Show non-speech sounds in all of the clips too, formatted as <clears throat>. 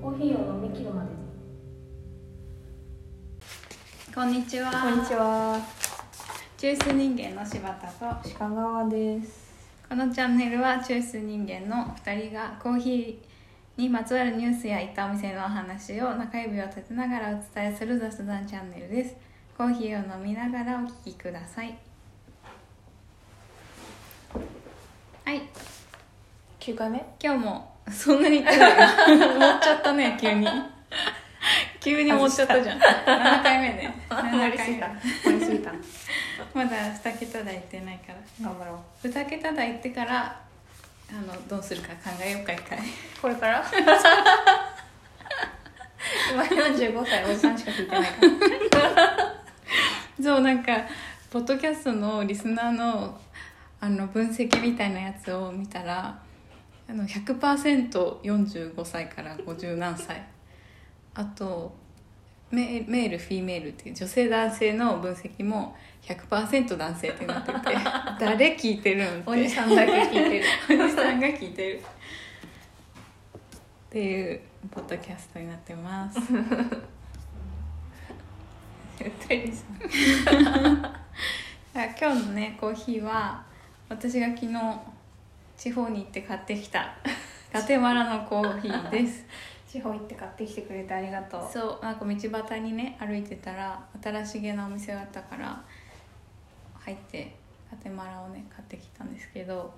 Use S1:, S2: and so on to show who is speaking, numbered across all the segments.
S1: コーヒーを飲み切るまで
S2: こんにちは。
S3: こんにちは、
S2: ジュース人間の柴田と。
S3: 鹿川です。
S2: このチャンネルはジュース人間の二人がコーヒーにまつわるニュースや行ったお店のお話を中指を立てながらお伝えする雑談チャンネルです。コーヒーを飲みながらお聞きください。はい、
S3: 九回目？
S2: 今日もそんな
S3: <laughs>
S2: に言ってない <laughs> よ持っちゃったね、急に。 <laughs> 急に持っちゃったじゃん。7回目ね。7回
S3: <laughs>
S2: 目。。
S3: 盛りすぎた。
S2: まだ2桁台行ってないから。
S3: 頑張ろう。
S2: 2桁台行ってからあのどうするか考えようか一回 <laughs>
S3: これ <laughs> から？今四十五歳おじさんしか聞いてないから。
S2: そうなんかポッドキャストのリスナーのあの分析みたいなやつを見たらあの 100%45 歳から50何歳あとメメールフィメールっていう女性男性の分析も100%男性ってなってて誰聞いてるんって
S3: おじさんだけ聞いてる。
S2: おじさんが聞いてるっていうポッドキャストになってます
S3: 絶対リスナ
S2: <laughs> あ今日のねコーヒーは私が昨日地方に行って買ってきたガテマラのコーヒーです
S3: ー地方行って買ってきてくれてありがとう。
S2: そうなんか道端にね歩いてたら新しげなお店があったから入ってガテマラをね買ってきたんですけど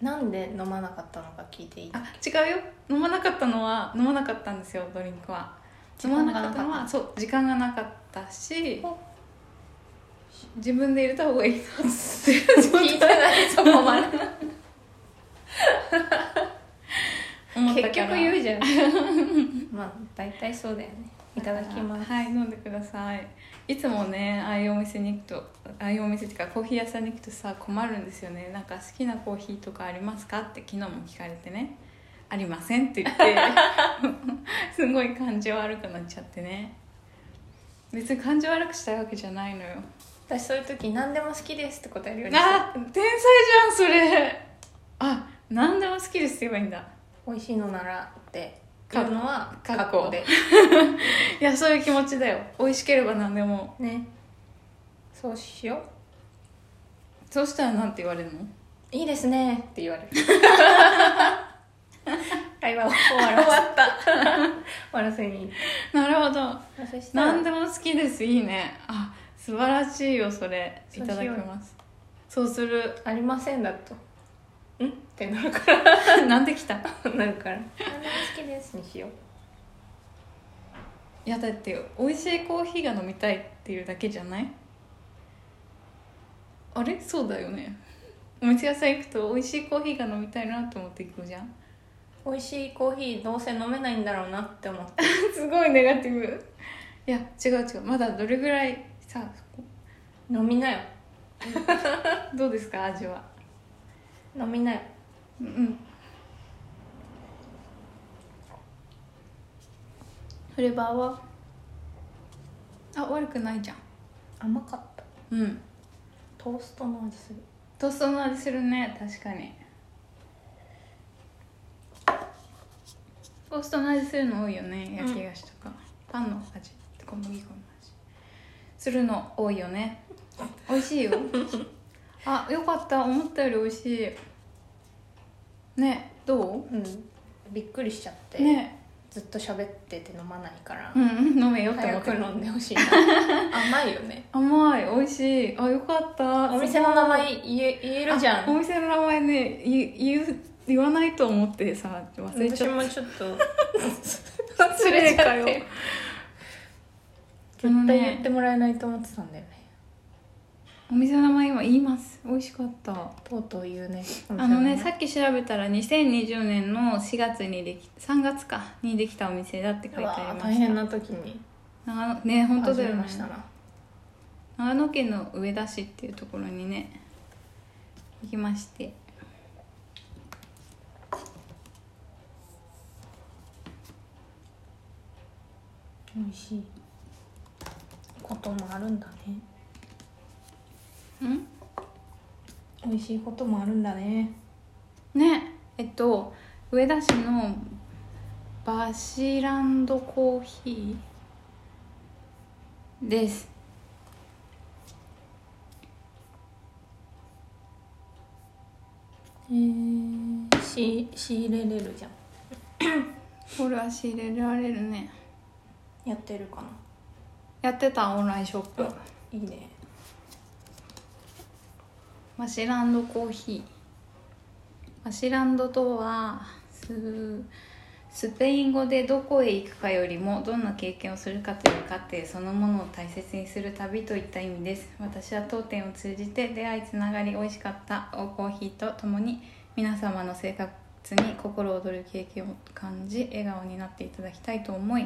S3: なんで飲まなかったのか聞いていい？
S2: あ違うよ飲まなかったのは飲まなかったんですよドリンクは
S3: 時
S2: 飲ま
S3: 間
S2: な
S3: がな
S2: か
S3: か
S2: っ
S3: ったた
S2: のはそう時間がなかったし
S3: お
S2: 自分で入れた方がいい
S3: <laughs>
S2: なって
S3: 聞いてないそこまで。
S2: 思ったから
S3: <laughs> 結局言うじゃん。 <laughs> まあ大体そうだよね。いただきます。
S2: はい飲んでくださいいつもねああいうお店に行くとああいうお店っていうかコーヒー屋さんに行くとさ困るんですよねなんか好きなコーヒーとかありますかって昨日も聞かれてねありませんって言って <laughs> すごい感じ悪くなっちゃってね別に感じ悪くしたいわけじゃないのよ
S3: 私そういう時何でも好きですって答えるようにしてる。
S2: あ天才じゃんそれあ何でも好きですって言えばいいんだ
S3: 美味しいのならっていうのは
S2: か
S3: 過去で
S2: いやそういう気持ちだよ美味しければ何でも
S3: ねそうしよ
S2: そうしたらなんて言われるの
S3: ういいですねって言われ <laughs> る会話を終わらせ終わった終わらせに
S2: なるほど
S3: そしたら
S2: 何でも好きですいいねあ素晴らしいよそれい
S3: そうしたよ
S2: だ
S3: う
S2: きますそうする <laughs>
S3: ありませんだとんってなるから
S2: なんで来た
S3: なるから何でも好きですにしよう
S2: いやだって美味しいコーヒーが飲みたいっていうだけじゃないあれそうだよねお店屋さん行くと美味しいコーヒーが飲みたいなと思って行くじゃん
S3: 美味しいコーヒーどうせ飲めないんだろうなって思って
S2: すごいネガティブいや違う違うまだどれぐらいさ
S3: 飲みなよ
S2: どうですか味は
S3: 飲みなよ
S2: うんフレーバーはあ悪くないじゃん
S3: 甘かった
S2: うん
S3: トーストの味する
S2: トーストの味するね確かにトーストの味するの多いよね焼き菓子とか、パンの味小麦粉の味するの多いよね美味しい
S3: <laughs>
S2: よあよかった思ったより美味しいねど
S3: うんびっくりしちゃって
S2: うね
S3: ずっと喋ってて飲まないから、
S2: うんうん飲めよって思
S3: 早
S2: っ
S3: く
S2: て
S3: 飲んでほ <laughs> しいな甘いよね
S2: 甘い美味しいあよかった
S3: お店の名前言え言えるじゃ
S2: あお
S3: ん
S2: 店の名前ね言言う言わないと思ってさ忘れち
S3: 私
S2: ゃっ
S3: もちょっと
S2: た
S3: 忘れちゃって
S2: 失礼
S3: 絶対言ってもらえないと思ってたんだよね
S2: お店の名前今言います美味しかった
S3: とうとう言うね
S2: あのねさっき調べたら2020年の4月にでき3月かにできたお店だって書いてありま
S3: 大
S2: した
S3: 変な時に
S2: 長野ね本当だよ
S3: 始め
S2: ね
S3: ましたな
S2: 長野県の上田市っていうところにね行きまして
S3: 美味しいこともあるんだね
S2: うん
S3: 美味しいこともあるんだね
S2: ねえっと上田市のバシランドコーヒーです
S3: えー、し仕入れれるじゃん
S2: これは仕入れられるね
S3: やってるかな
S2: やってたオンラインショップ
S3: いいね
S2: マシランドコーヒーマシランドとはススペイン語でどこへ行くかよりもどんな経験をするかという過程そのものを大切にする旅といった意味です私は当店を通じて出会いつながり美味しかったおコーヒーとともに皆様の生活に心躍る経験を感じ笑顔になっていただきたいと思い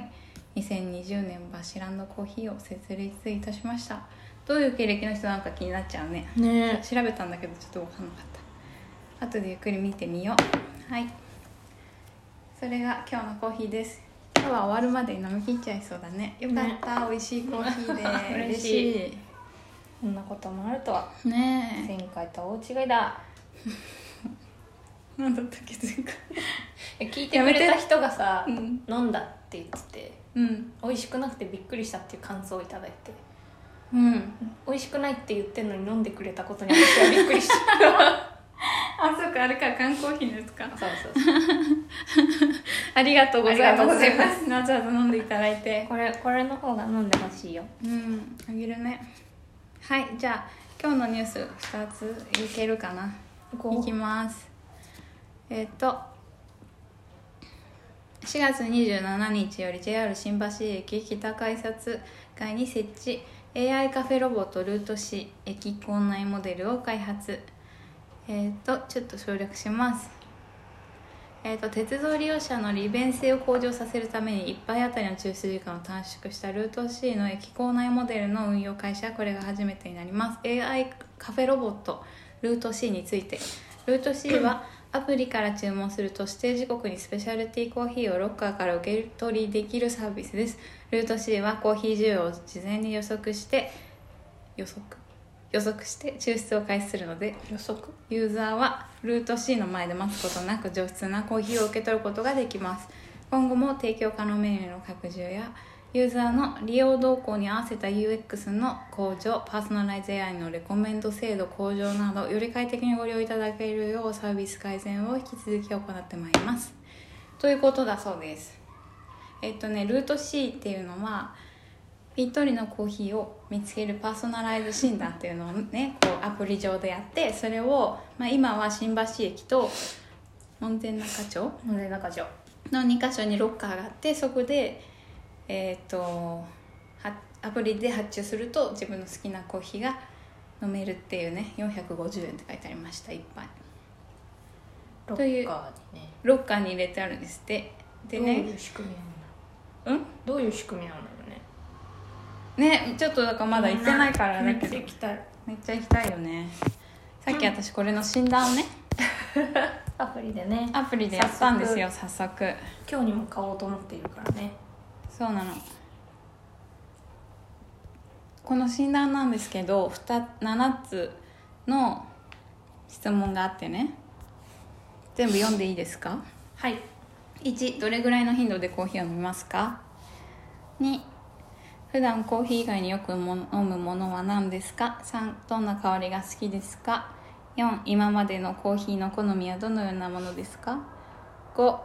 S2: 2020年バシランドコーヒーを設立いたしましたどういう経歴の人なんか気になっちゃうね
S3: ね
S2: 調べたんだけどちょっと分かんなかった後でゆっくり見てみようはいそれが今日のコーヒーです今日は終わるまでに飲み切っちゃいそうだねよかった、美味しいコーヒー <laughs> で
S3: 嬉しいこんなこともあるとは
S2: いね
S3: 前回とは大違いだ
S2: えなんだったっけ前回
S3: え聞いてくれ
S2: やめ
S3: た
S2: て
S3: 人がさ、
S2: うん
S3: 飲んだって言ってて
S2: うん
S3: 美味しくなくてびっくりしたっていう感想をいただいて
S2: うん
S3: 美味しくないって言ってるのに飲んでくれたことに私はびっくりした <laughs>
S2: あそっかあれから缶コーヒーのやつか
S3: そうそうそう
S2: ありがとうござい
S3: ありがとう
S2: ます
S3: ご
S2: <laughs>
S3: ざいま
S2: わざわざ飲んでいただいて
S3: これこれの方が飲んでほしいよ
S2: うんあげるねはいじゃあ今日のニュース2ついけるかな
S3: こ
S2: いきますえっ、と4月27日より JR 新橋駅北改札街に設置 AI カフェロボットルート C 駅構内モデルを開発えっ、とちょっと省略しますえー、と鉄道利用者の利便性を向上させるために1杯あたりの抽出時間を短縮したルート C の駅構内モデルの運用開始はこれが初めてになります AI カフェロボットルート C についてルート C はアプリから注文すると指定時刻にスペシャルティーコーヒーをロッカーから受け取りできるサービスですルート C はコーヒー需要を事前に予測して予測予測して抽出を開始するので
S3: 予測
S2: ユーザーはルート C の前で待つことなく上質なコーヒーを受け取ることができます今後も提供可能メニューの拡充やユーザーの利用動向に合わせた UX の向上パーソナライズ AI のレコメンド制度向上などより快適にご利用いただけるようサービス改善を引き続き行ってまいりますということだそうですえっとねルート C っていうのはぴっとりのコーヒーを見つけるパーソナライズ診断っていうのをねこうアプリ上でやってそれを、まあ、今は新橋駅と門前仲町
S3: モデル中条
S2: の2か所にロッカーがあってそこでえっ、とはアプリで発注すると自分の好きなコーヒーが飲めるっていうね450円って書いてありました一杯
S3: ロ
S2: とい
S3: ッ
S2: う
S3: カーにね
S2: ロッカーに入れてあるんですってで
S3: どう
S2: ね
S3: いう仕組みな
S2: う
S3: んだ
S2: ん
S3: どういう仕組みなんだろうね
S2: ねちょっとだからまだ行ってないからだけど
S3: めっちゃ行きたい
S2: めっちゃ行きたいよねさっき私これの診断をね
S3: アプリでね
S2: アプリでやったんですよ早速
S3: 今日にも買おうと思っているからね
S2: そうなのこの診断なんですけど2 7つの質問があってね全部読んでいいですか
S3: はい
S2: 1どれぐらいの頻度でコーヒーを飲みますか2普段コーヒー以外によくも飲むものは何ですか3どんな香りが好きですか4今までのコーヒーの好みはどのようなものですか5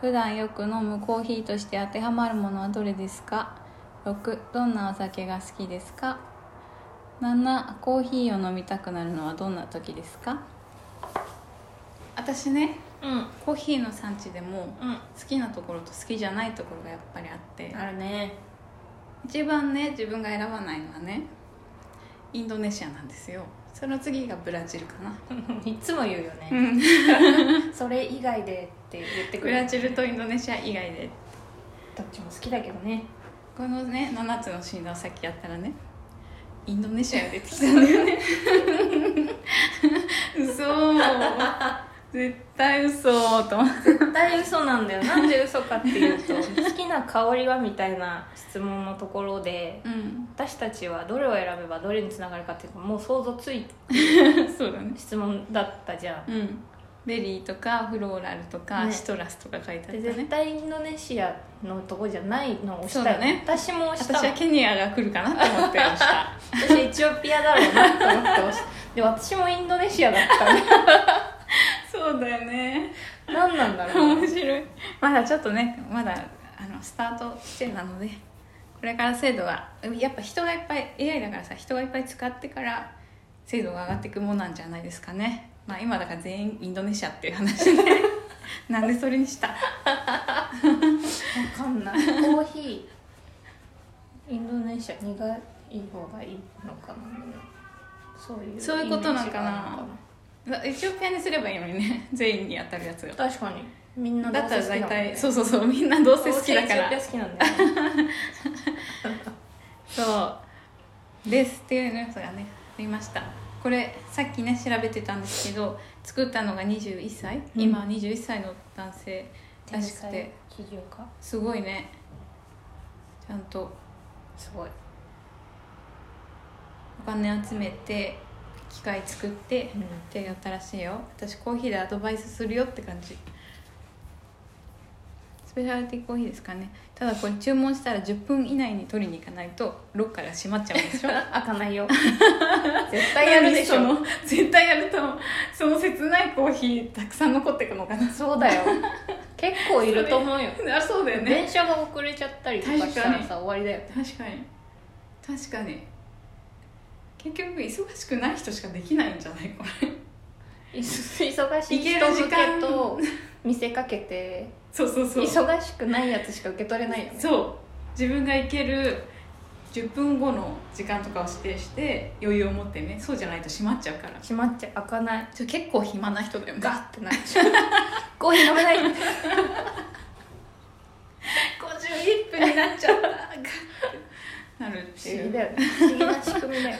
S2: 普段よく飲むコーヒーとして当てはまるものはどれですか6どんなお酒が好きですか7コーヒーを飲みたくなるのはどんな時ですか私ね
S3: うん
S2: コーヒーの産地でも
S3: う
S2: 好きなところと好きじゃないところがやっぱりあって
S3: んあるね
S2: 一番ね自分が選ばないのはねインドネシアなんですよその次がブラジルかな
S3: いつも言うよね、
S2: ん
S3: <laughs> それ以外でって言ってく
S2: ブ
S3: れ
S2: ラ
S3: る
S2: ジルとインドネシア以外で
S3: どっちも好きだけどね
S2: このね7つの診断をさっきやったらねインド
S3: <laughs>
S2: ネシアが出てきたんだよね嘘絶対嘘と思って
S3: 絶対嘘なんだよなんで嘘かっていう <laughs> と好きな香りはみたいな質問のところで
S2: うん
S3: 私たちはどれを選べばどれにつながるかっていうかもう想像つい
S2: そうだね
S3: 質問だったじゃ
S2: う
S3: ん
S2: んベリーとかフローラルとか、
S3: ね
S2: シトラスとか書いてあ
S3: で
S2: った
S3: 絶
S2: ね
S3: 対インドネシアのとこじゃないのを押し
S2: そう
S3: た
S2: だ
S3: よ
S2: ね
S3: 私も押し
S2: 私
S3: たもん
S2: はケニアが来るかなと思ってました
S3: 私エチオピアだろうなと思って押しで私もインドネシアだったね
S2: そうだよね
S3: 何なん <laughs> だろう
S2: 面白いまだちょっとねまだあのスタート地点なのでこれから精度がやっぱ人がいっぱい AI だからさ人がいっぱい使ってから精度が上がっていくもんなんじゃないですかねまあ今だから全員インドネシアっていう話 <laughs> でなんでそれにした
S3: 分かんないコーヒーインドネシア苦い方がいいのかなそういう
S2: そういうことなんかな
S3: イメージがあるの
S2: エチオピアにすればいいのにね全員に当たるやつが
S3: 確かにみんな
S2: だったら大体、そううそうそうみんなどう
S3: ど
S2: せ
S3: うせ
S2: 好
S3: 好
S2: き
S3: き
S2: だ
S3: だ
S2: か
S3: からら好きなんだよね
S2: そうですっていうニュースがねありましたこれさっきね調べてたんですけど作ったのが21歳、
S3: うん
S2: 今21歳の男性ら
S3: 天
S2: しく
S3: 才
S2: て
S3: 起業家
S2: すごいねちゃんと
S3: すごい
S2: お金集めて機械作って
S3: うん
S2: ってやったらしいよ私コーヒーでアドバイスするよって感じスペシャリティコーヒーですかねただこれ注文したら10分以内に取りに行かないとロッカーが閉まっちゃうんでし <laughs> ょ
S3: 開かないよ <laughs> 絶対やるでし
S2: 何
S3: ょ
S2: その <laughs> 絶対やるとその切ないコーヒーたくさん残ってくのかな
S3: そうだよ結構いると思うよ
S2: あそうだよね
S3: 電車が遅れちゃったりとかしたら
S2: 確か
S3: さ終わりだよ
S2: 確かに確かに結局忙しくない人しかできないんじゃないこれ
S3: い忙しい
S2: 行け
S3: 人
S2: る時
S3: 向
S2: 間
S3: けと見せかけて
S2: そうそうそう
S3: 忙しくないやつしか受け取れないよね
S2: そう自分が行ける10分後の時間とかを指定して余裕を持ってねそうじゃないと閉まっちゃうから
S3: 閉まっちゃう開かない
S2: ちょ結構暇な人だよね
S3: ガッてなっちゃ <laughs> うコーヒー飲めない
S2: 51分になっちゃったなるっ
S3: 不
S2: て
S3: 思
S2: い
S3: 議
S2: う
S3: だよね不思議な仕組みだ <laughs> よ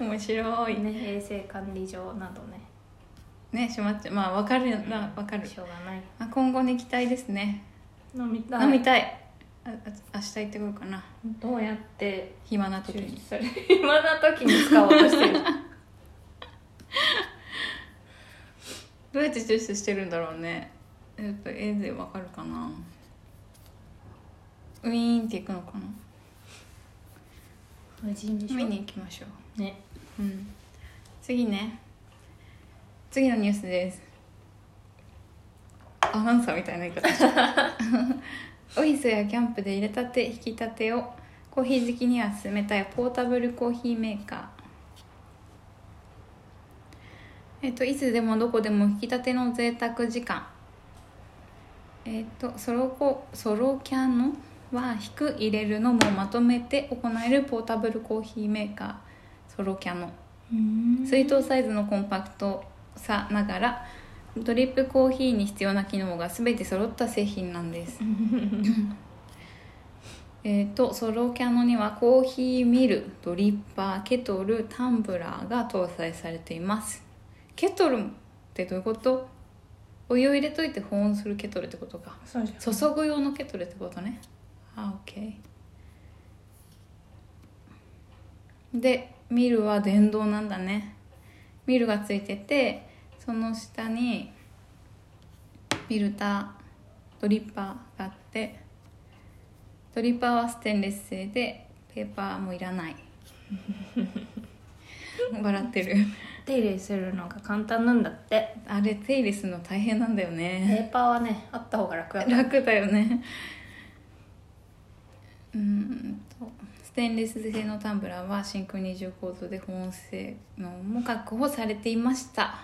S2: 面白い
S3: ね衛生管理上などね
S2: ね閉まっちゃうまあわかるなわかる
S3: しょうがない
S2: まあ、今後に期待ですね、
S3: 飲みたい
S2: 飲みたいああ明日行ってこようかな
S3: どうやって
S2: 暇な時
S3: 抽出
S2: に
S3: される暇な時に使おうとしてる
S2: どうやって抽出してるんだろうねちょっと絵でわかるかなウィーンって行くのかな
S3: 無人でしょ
S2: 見に行きましょ
S3: ね
S2: ううん次ね次のニュースですアナウンサーみたいな言い方した <laughs> オフィスやキャンプで入れたて引きたてをコーヒー好きには勧めたいポータブルコーヒーメーカーえっと、いつでもどこでも引き立ての贅沢時間えっとソロコソロキャノは引く入れるのもまとめて行えるポータブルコーヒーメーカーソロキャノ
S3: うん
S2: 水筒サイズのコンパクトさながらドリップコーヒーに必要な機能が全て揃った製品なんですえーとソロキャノにはコーヒーミルドリッパーケトルタンブラーが搭載されていますケトルってどういうことお湯を入れといて保温するケトルってことか
S3: そうじゃん
S2: 注ぐ用のケトルってことねあオッケーでミルは電動なんだねミルがついててその下にフィルタードリッパーがあってドリッパーはステンレス製でペーパーもいらない笑ってる
S3: 手入れするのが簡単なんだって
S2: あれ手入れするの大変なんだよね
S3: ペーパーはねあった方が楽だから
S2: <laughs> 楽だよねうーんとステンレス製のタンブラーは真空二重構造で保温性能も確保されていました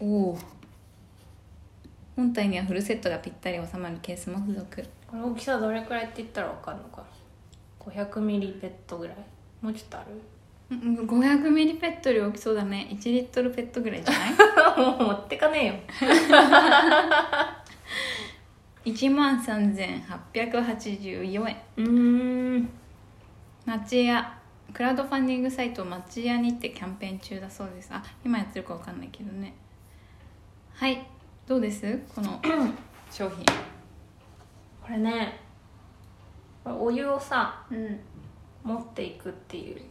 S2: おお本体にはフルセットがぴったり収まるケースも付属
S3: これ大きさどれくらいって言ったらわかるのかな500ミリペットぐらいもうちょっとあ
S2: うん500ミリペット量きそうだね1リットルペットぐらいじゃない <laughs>
S3: るもう持ってかねえよ
S2: 1万3884円
S3: うーん
S2: 町屋クラウドファンディングサイト町屋にってキャンペーン中だそうですあ今やってるかわかんないけどねはいどうですこ
S3: <clears throat>
S2: の商品
S3: これねこれお湯をさ
S1: うん
S3: 持っていくっていう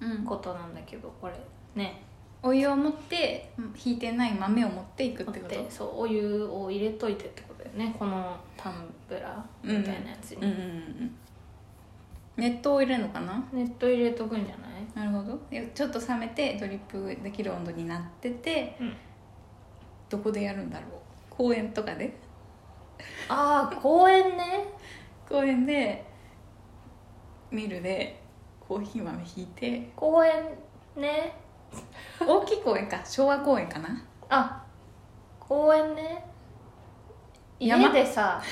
S2: うん
S3: ことなんだけどこれね
S2: お湯を持ってうん引いてない豆を持っていくって
S3: 持っ
S2: こと
S3: てそうお湯を入れといてってことだよねこのタンブラーみたいなやつ
S2: うんう
S3: に、
S2: んうんうん熱湯を入れるのかな
S3: 熱湯入れとくんじゃない
S2: なるほどえちょっと冷めてドリップできる温度になってて、
S3: うん
S2: どこでやるんだろう公園とかで
S3: ああ公園ね
S2: 公園でミルでコーヒー豆引いて
S3: 公園ね
S2: 大きい公園か昭和公園かな
S3: あ公園ね
S2: 山
S3: 家
S2: <laughs>
S3: でさ、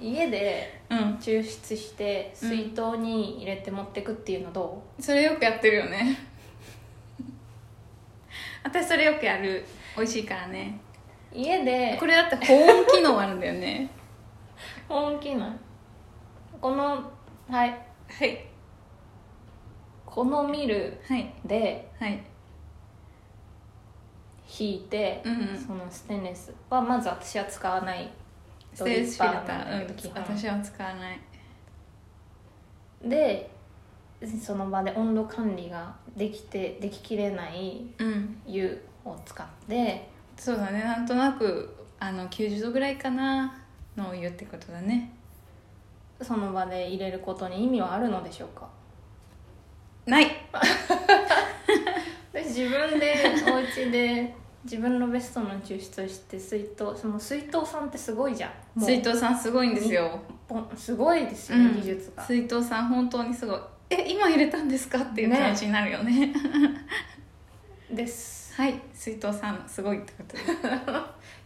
S3: 家で
S2: うん
S3: 抽出して
S2: うん
S3: 水筒に入れて持ってくっていうのど
S2: それよくやってるよね <laughs> 私それよくやる美味しいからね
S3: う家で
S2: これだって保温機能あるんだよね
S3: 本気ないこのはい
S2: はい
S3: このミル
S2: はい
S3: で
S2: はい
S3: 引いて、
S2: うんうん
S3: そのステンレスはまず私は使わない
S2: ステージフィルター、うん、
S3: ドリッパーなんだけど基本
S2: 私は使わない
S3: でその場で温度管理ができてでききれない
S2: うん
S3: 湯を使って
S2: そうだねなんとなくあの90度ぐらいかなのお湯ってことだね
S3: その場で入れることに意味はあるのでしょうか
S2: ない
S3: 私自分でお家で自分のベストの抽出をして水筒その水筒さんってすごいじゃんもう
S2: 水筒さんすごいんですよ
S3: ぽんすごいですよ、
S2: うん
S3: 技術が
S2: 水筒さん本当にすごいえ今入れたんですかっていう
S3: ね
S2: 感じになるよね
S3: です
S2: はい水筒さんすごいってことです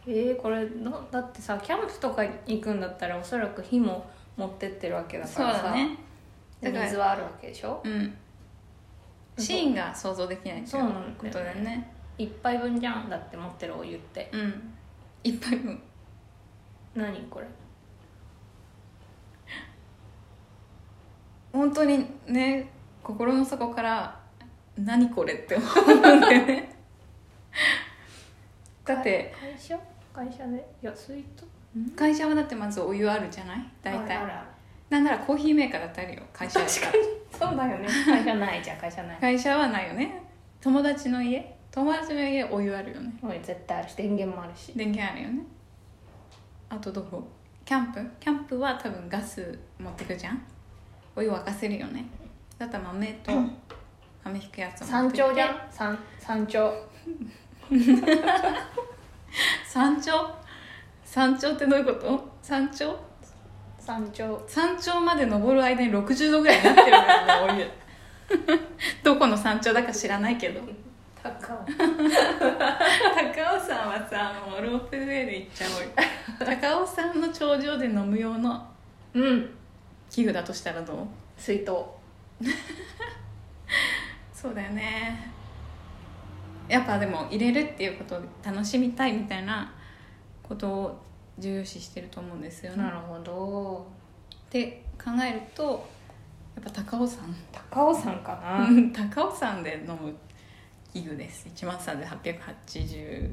S3: えー、これのだってさキャンプとか行くんだったらおそらく火も持ってってるわけだ
S2: そ
S3: か
S2: う
S3: らさ
S2: だね
S3: で
S2: だから
S3: 水はあるわけでしょ
S2: うんシーンが想像できないって
S3: そう
S2: いう
S3: な
S2: こ
S3: んだ
S2: と
S3: よ
S2: だよね
S3: 一杯分じゃんだって持ってるお湯って
S2: うんいっぱい分
S3: 何これ
S2: 本当にね心の底から「何これ」って思うんだよ <laughs> ねだって
S3: 会社会社でいや水筒
S2: 会社はだってまずお湯あるじゃない大体
S3: あるある
S2: なんならコーヒーメーカーだってあるよ会 <laughs> 社だったら
S3: そうだよね会社ないじゃん会
S2: <laughs>
S3: 社ない
S2: 会社はないよね友達の家友達の家お湯あるよね
S3: もう絶対あるし電源もあるし
S2: 電源あるよねあとどこキャンプキャンプは多分ガス持ってくじゃんお湯沸かせるよねだったら豆と豆引くやつ持っ
S3: 山
S2: てきて
S3: 頂じゃん山山頂
S2: 山頂山頂ってどういうこと山頂
S3: 山頂
S2: 山頂まで登る間に60度ぐらいになってるからねお湯 <laughs> どこの山頂だか知らないけど
S3: 高
S2: 高
S3: 尾
S2: 尾山はさもうロープウェイで行っちゃおうよ高尾山の頂上で飲む用の
S3: うん
S2: 器具だとしたらどう
S3: 水筒
S2: そうだよねやっぱでも入れるっていうことを楽しみたいみたいなことを重要視してると思うんですよね
S3: なるほど
S2: って考えるとやっぱ高尾山
S3: 高尾山かな
S2: うん <laughs> 高尾山で飲む器具です1万3で880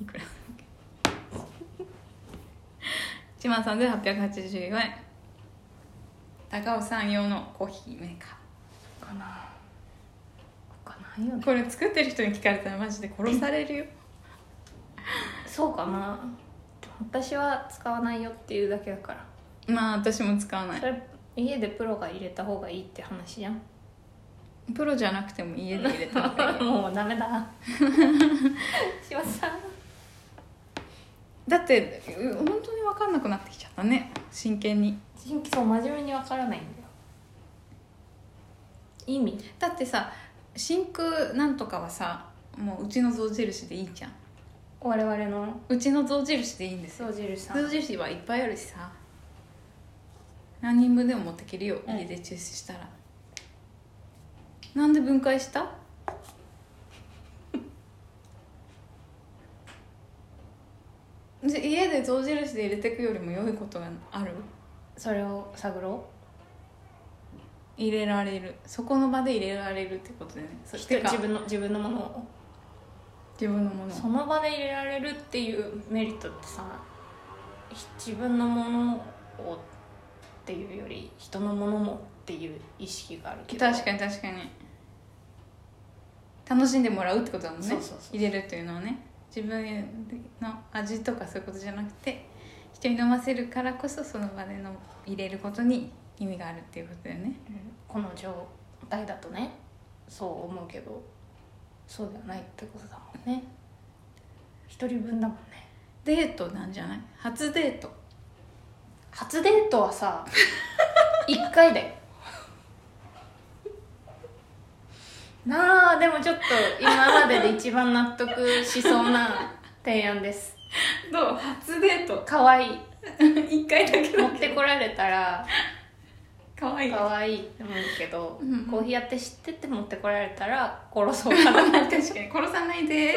S2: いくらだっけ1万3で884円高尾山用のコーヒーメーカ
S3: かな他ないよ
S2: ー
S3: ね
S2: これ作ってる人に聞かれたらマジで殺されるよ
S3: そうかな私は使わないよっていうだけだから
S2: まあ私も使わない
S3: それ家でプロが入れた方がいいって話じゃん
S2: プロじゃなくても家で入れた方
S3: <laughs>
S2: がいいよ
S3: <laughs> もうダメだしまさん
S2: だってう本当に分かんなくなってきちゃったね真剣に
S3: 真そう真面目にわからないんだよ意味
S2: だってさ真空なんとかはさもううちの象印でいいじゃん
S3: 我々の
S2: うちの象印でいいんですよ
S3: 掃除るさ
S2: 象
S3: ん
S2: 印はいっぱいあるしさ何人分でも持ってけるよ
S3: うん
S2: 家で抽出したら、なんで分解した <laughs> じゃ家で象印で入れてくよりも良いことがある
S3: それを探ろ
S2: 入れられるそこの場で入れられるってことでね
S3: そして
S2: てか
S3: 自分の自分のものを
S2: 自分のもの
S3: その場で入れられるっていうメリットってさ自分のものをっていうより人のものもっていう意識があるけど
S2: 確かに確かに楽しんでもらうってことだもんね
S3: そうそうそう
S2: 入れるというのはね自分の味とかそういうことじゃなくて人に飲ませるからこそその場での入れることに意味があるっていうことだよね
S3: うんこの状態だとねそう思うけどそうではないってことだもんね一人分だもんね
S2: デートなんじゃない初デート
S3: 初デートはさ1回だよなあでもちょっと今までで一番納得しそうな提案です
S2: どう初デート
S3: 可愛い
S2: <laughs> 一回だけ
S3: 持ってこられたら
S2: かわいい
S3: 可愛いって思うけど、
S2: うん
S3: コーヒーやって知ってて持ってこられたら殺そうか
S2: <laughs>
S3: な
S2: 確かに殺さない <laughs> で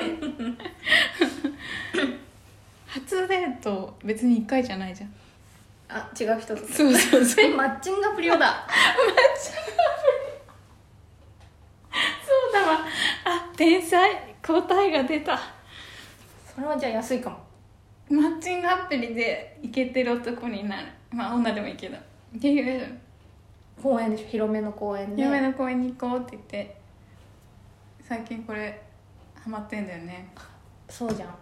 S2: 初デート別に1回じゃないじゃん
S3: あ違う人だ
S2: そうそうそう
S3: マッチングアプリをだ
S2: そうだわあ天才答えが出た
S3: それはじゃあ安いかも
S2: マッチングアプリでイケてる男になるまあ女でもいいけどっていう
S3: 公園でしょ広めの公園で
S2: 夢の公園に行こうって言って最近これハマってんだよね
S3: そうじゃん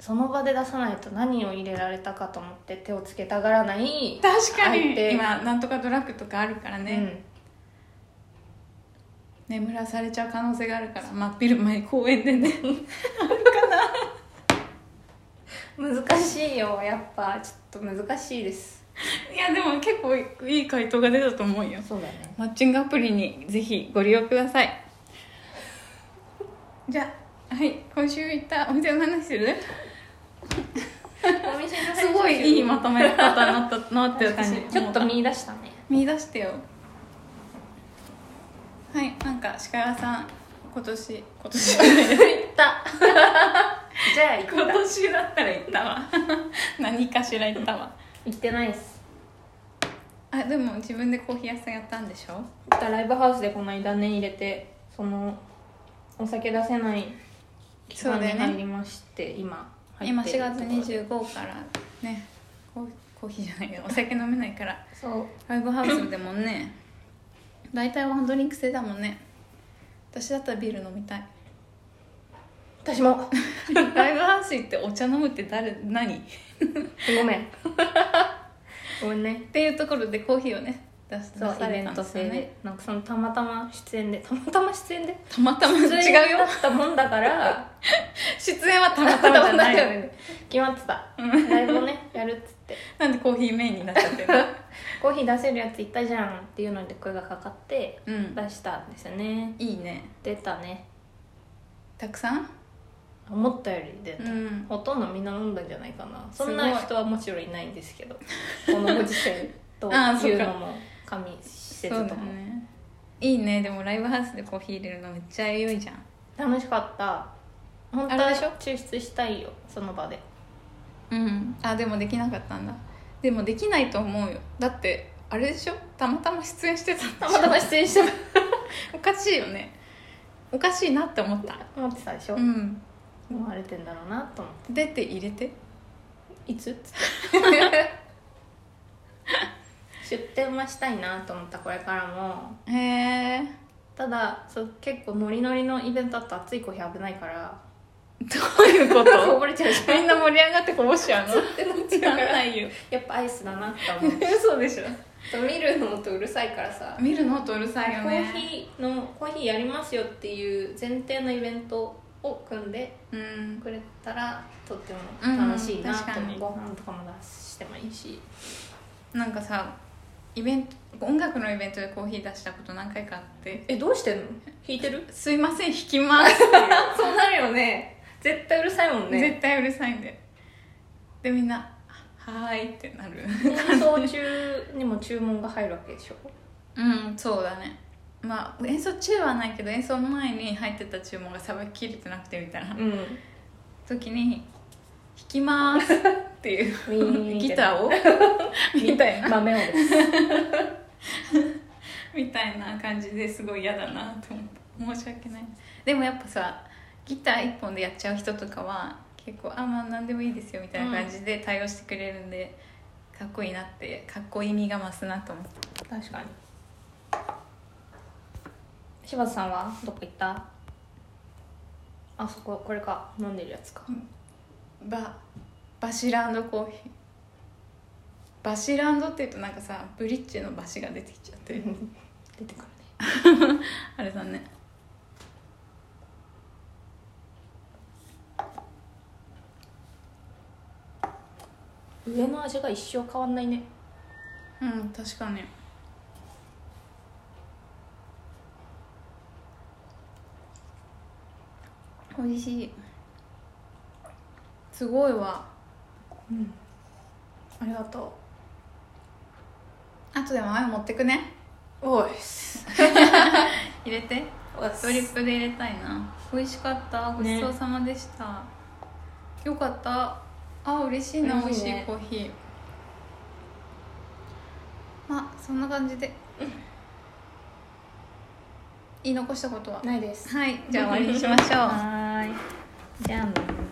S3: その場で出さないと何を入れられたかと思って手をつけたがらない
S2: 確か
S3: 相
S2: に
S3: 手
S2: 今なんとかドラッグとかあるからね、眠らされちゃう可能性があるから真っ昼間に公園で <laughs> ね
S3: うん、難しいよやっぱちょっと難しいです
S2: いやでも結構いい回答が出たと思うよ
S3: そうだね
S2: マッチングアプリにぜひご利用くださいじゃあはい今週行ったお店の話する
S3: お店の話
S2: すごいいいまとめ方になったなっていう感じ
S3: ちょっと見出 <laughs> したね
S2: 見出してよはいなんか鹿屋さん今年今年
S3: 行ったじゃあ行
S2: <laughs> 今
S3: った
S2: 年だったら行ったわ <laughs> 何かしら行ったわ
S3: 行ってないっす
S2: あでも自分でコーヒー屋さんやったんでしょ
S3: 行ったライブハウスでこの間ね入れてそのお酒出せない期間に入りまして、今入
S2: 今
S3: ってる
S2: 4月25からねコーコーヒーじゃないけどお酒飲めないから
S3: そう
S2: ライブハウスでもね大体ワンドリンク制だもんね私だったらビール飲みたい <laughs>
S3: 私も
S2: ライブハウス行ってお茶飲むって誰何 <laughs>
S3: ごめんごめんね
S2: っていうところでコーヒーをね出す
S3: そう
S2: 出
S3: イ
S2: さ
S3: ベ
S2: れ
S3: ン
S2: たん
S3: ト
S2: ですよ
S3: 制
S2: ね
S3: でなんかそのたまたま出演でたまたま出演で
S2: たまたま違う
S3: 出演
S2: よ
S3: だったもんだから
S2: <laughs> 出演はたまたまじゃないよね
S3: 決まってたライブをねやるっつって
S2: なんでコーヒーメインになっちゃってるの
S3: コーヒー出せるやついたじゃんっていうので声がかかって
S2: うん
S3: 出したんですよね
S2: いいね
S3: 出たね
S2: たくさん
S3: 思ったより出た、
S2: うん
S3: ほとんどみんな飲んだんじゃないかなそん
S2: すご
S3: ない人はもちろんいないんですけどこのご時世と
S2: あーそ
S3: い
S2: っ
S3: う
S2: か
S3: のも加味して
S2: そうだ
S3: ず
S2: <laughs>
S3: とも、
S2: ねいいねでもライブハウスでコーヒー入れるのめっちゃ良いじゃん
S3: 楽しかった本当
S2: あ
S3: は
S2: れでしょ
S3: 抽出したいよそ
S2: <laughs>
S3: の場で
S2: うんあでもできなかったんだでもできないと思うよだってあれでしょたまたま出演してたんでしょ <laughs>
S3: たまたま出演して
S2: おかしいよねおかしいなって思った
S3: た思ってたでしょ、
S2: うん
S3: 思われてんだろうなと思っ
S2: 出て入れ <laughs> て
S3: ていつ出店はしたいなと思ったこれからも
S2: へえ
S3: ただそう結構ノリノリのイベントだと暑いコーヒー危ないから
S2: どういうこ
S3: <laughs> ことぼれちゃうじゃん
S2: みんな盛り上がってこぼしち <laughs> ゃうの
S3: ってなっち
S2: な
S3: ゃうんから
S2: ないよ
S3: やっぱアイスだなって思
S2: <laughs>
S3: う
S2: 嘘でしょ
S3: と見るのもとうるさいからさ、
S2: 見るのとうるさいよ
S3: コ
S2: ね
S3: ーヒーのコーヒーやりますよっていう前提のイベントを組んで
S2: うん
S3: くれたらとっても楽しいなと
S2: うんうん確か
S3: 思う、
S2: に
S3: ご飯とかも出してもいいし
S2: なんかさイベント音楽のイベントでコーヒー出したこと何回かあって
S3: えどうしてんの弾いてる
S2: 「すいません弾きます」っていう
S3: そうなるよね絶対うるさいもんね
S2: <laughs> 絶対うるさいんででみんな「はーい」ってなる
S3: 演奏中にも注文が入るわけでしょ
S2: うんそうだねまあ演奏中はないけど演奏前に入ってた注文がさばききれてなくてみたいな
S3: うん
S2: 時に「弾きます」って <laughs> いうギターをみたいな
S3: 豆をです
S2: みたいな感じですごい嫌だなと思って申し訳ないでもやっぱさギター一本でやっちゃう人とかは結構「あまあ何でもいいですよ」みたいな感じで対応してくれるんで、かっこいいなってかっこいい味が増すなと思って
S3: 確かに柴田さんはどこ行ったあそここれか飲んでるやつか
S2: ババシランドコーヒーバシランドっていうとなんかさブリッジのバシが出てきちゃって
S3: 出てくるね
S2: <laughs> あれだね
S3: 上の味が一生変わんないね
S2: うん確かに美味しいすごいわ
S3: うんありがと
S2: あとでも前持ってくね
S3: うおい
S2: 入れて
S3: おい
S2: ドリップで入れたいな美味しかったごちそうさまでした、よかったあ嬉しいな美味
S3: 美味
S2: し
S3: し
S2: い
S3: い,、ね
S2: コーヒーまあそんな感じで言い残したことは
S3: ないです
S2: はいじゃあ終わりにしましょう
S3: はーいじゃあね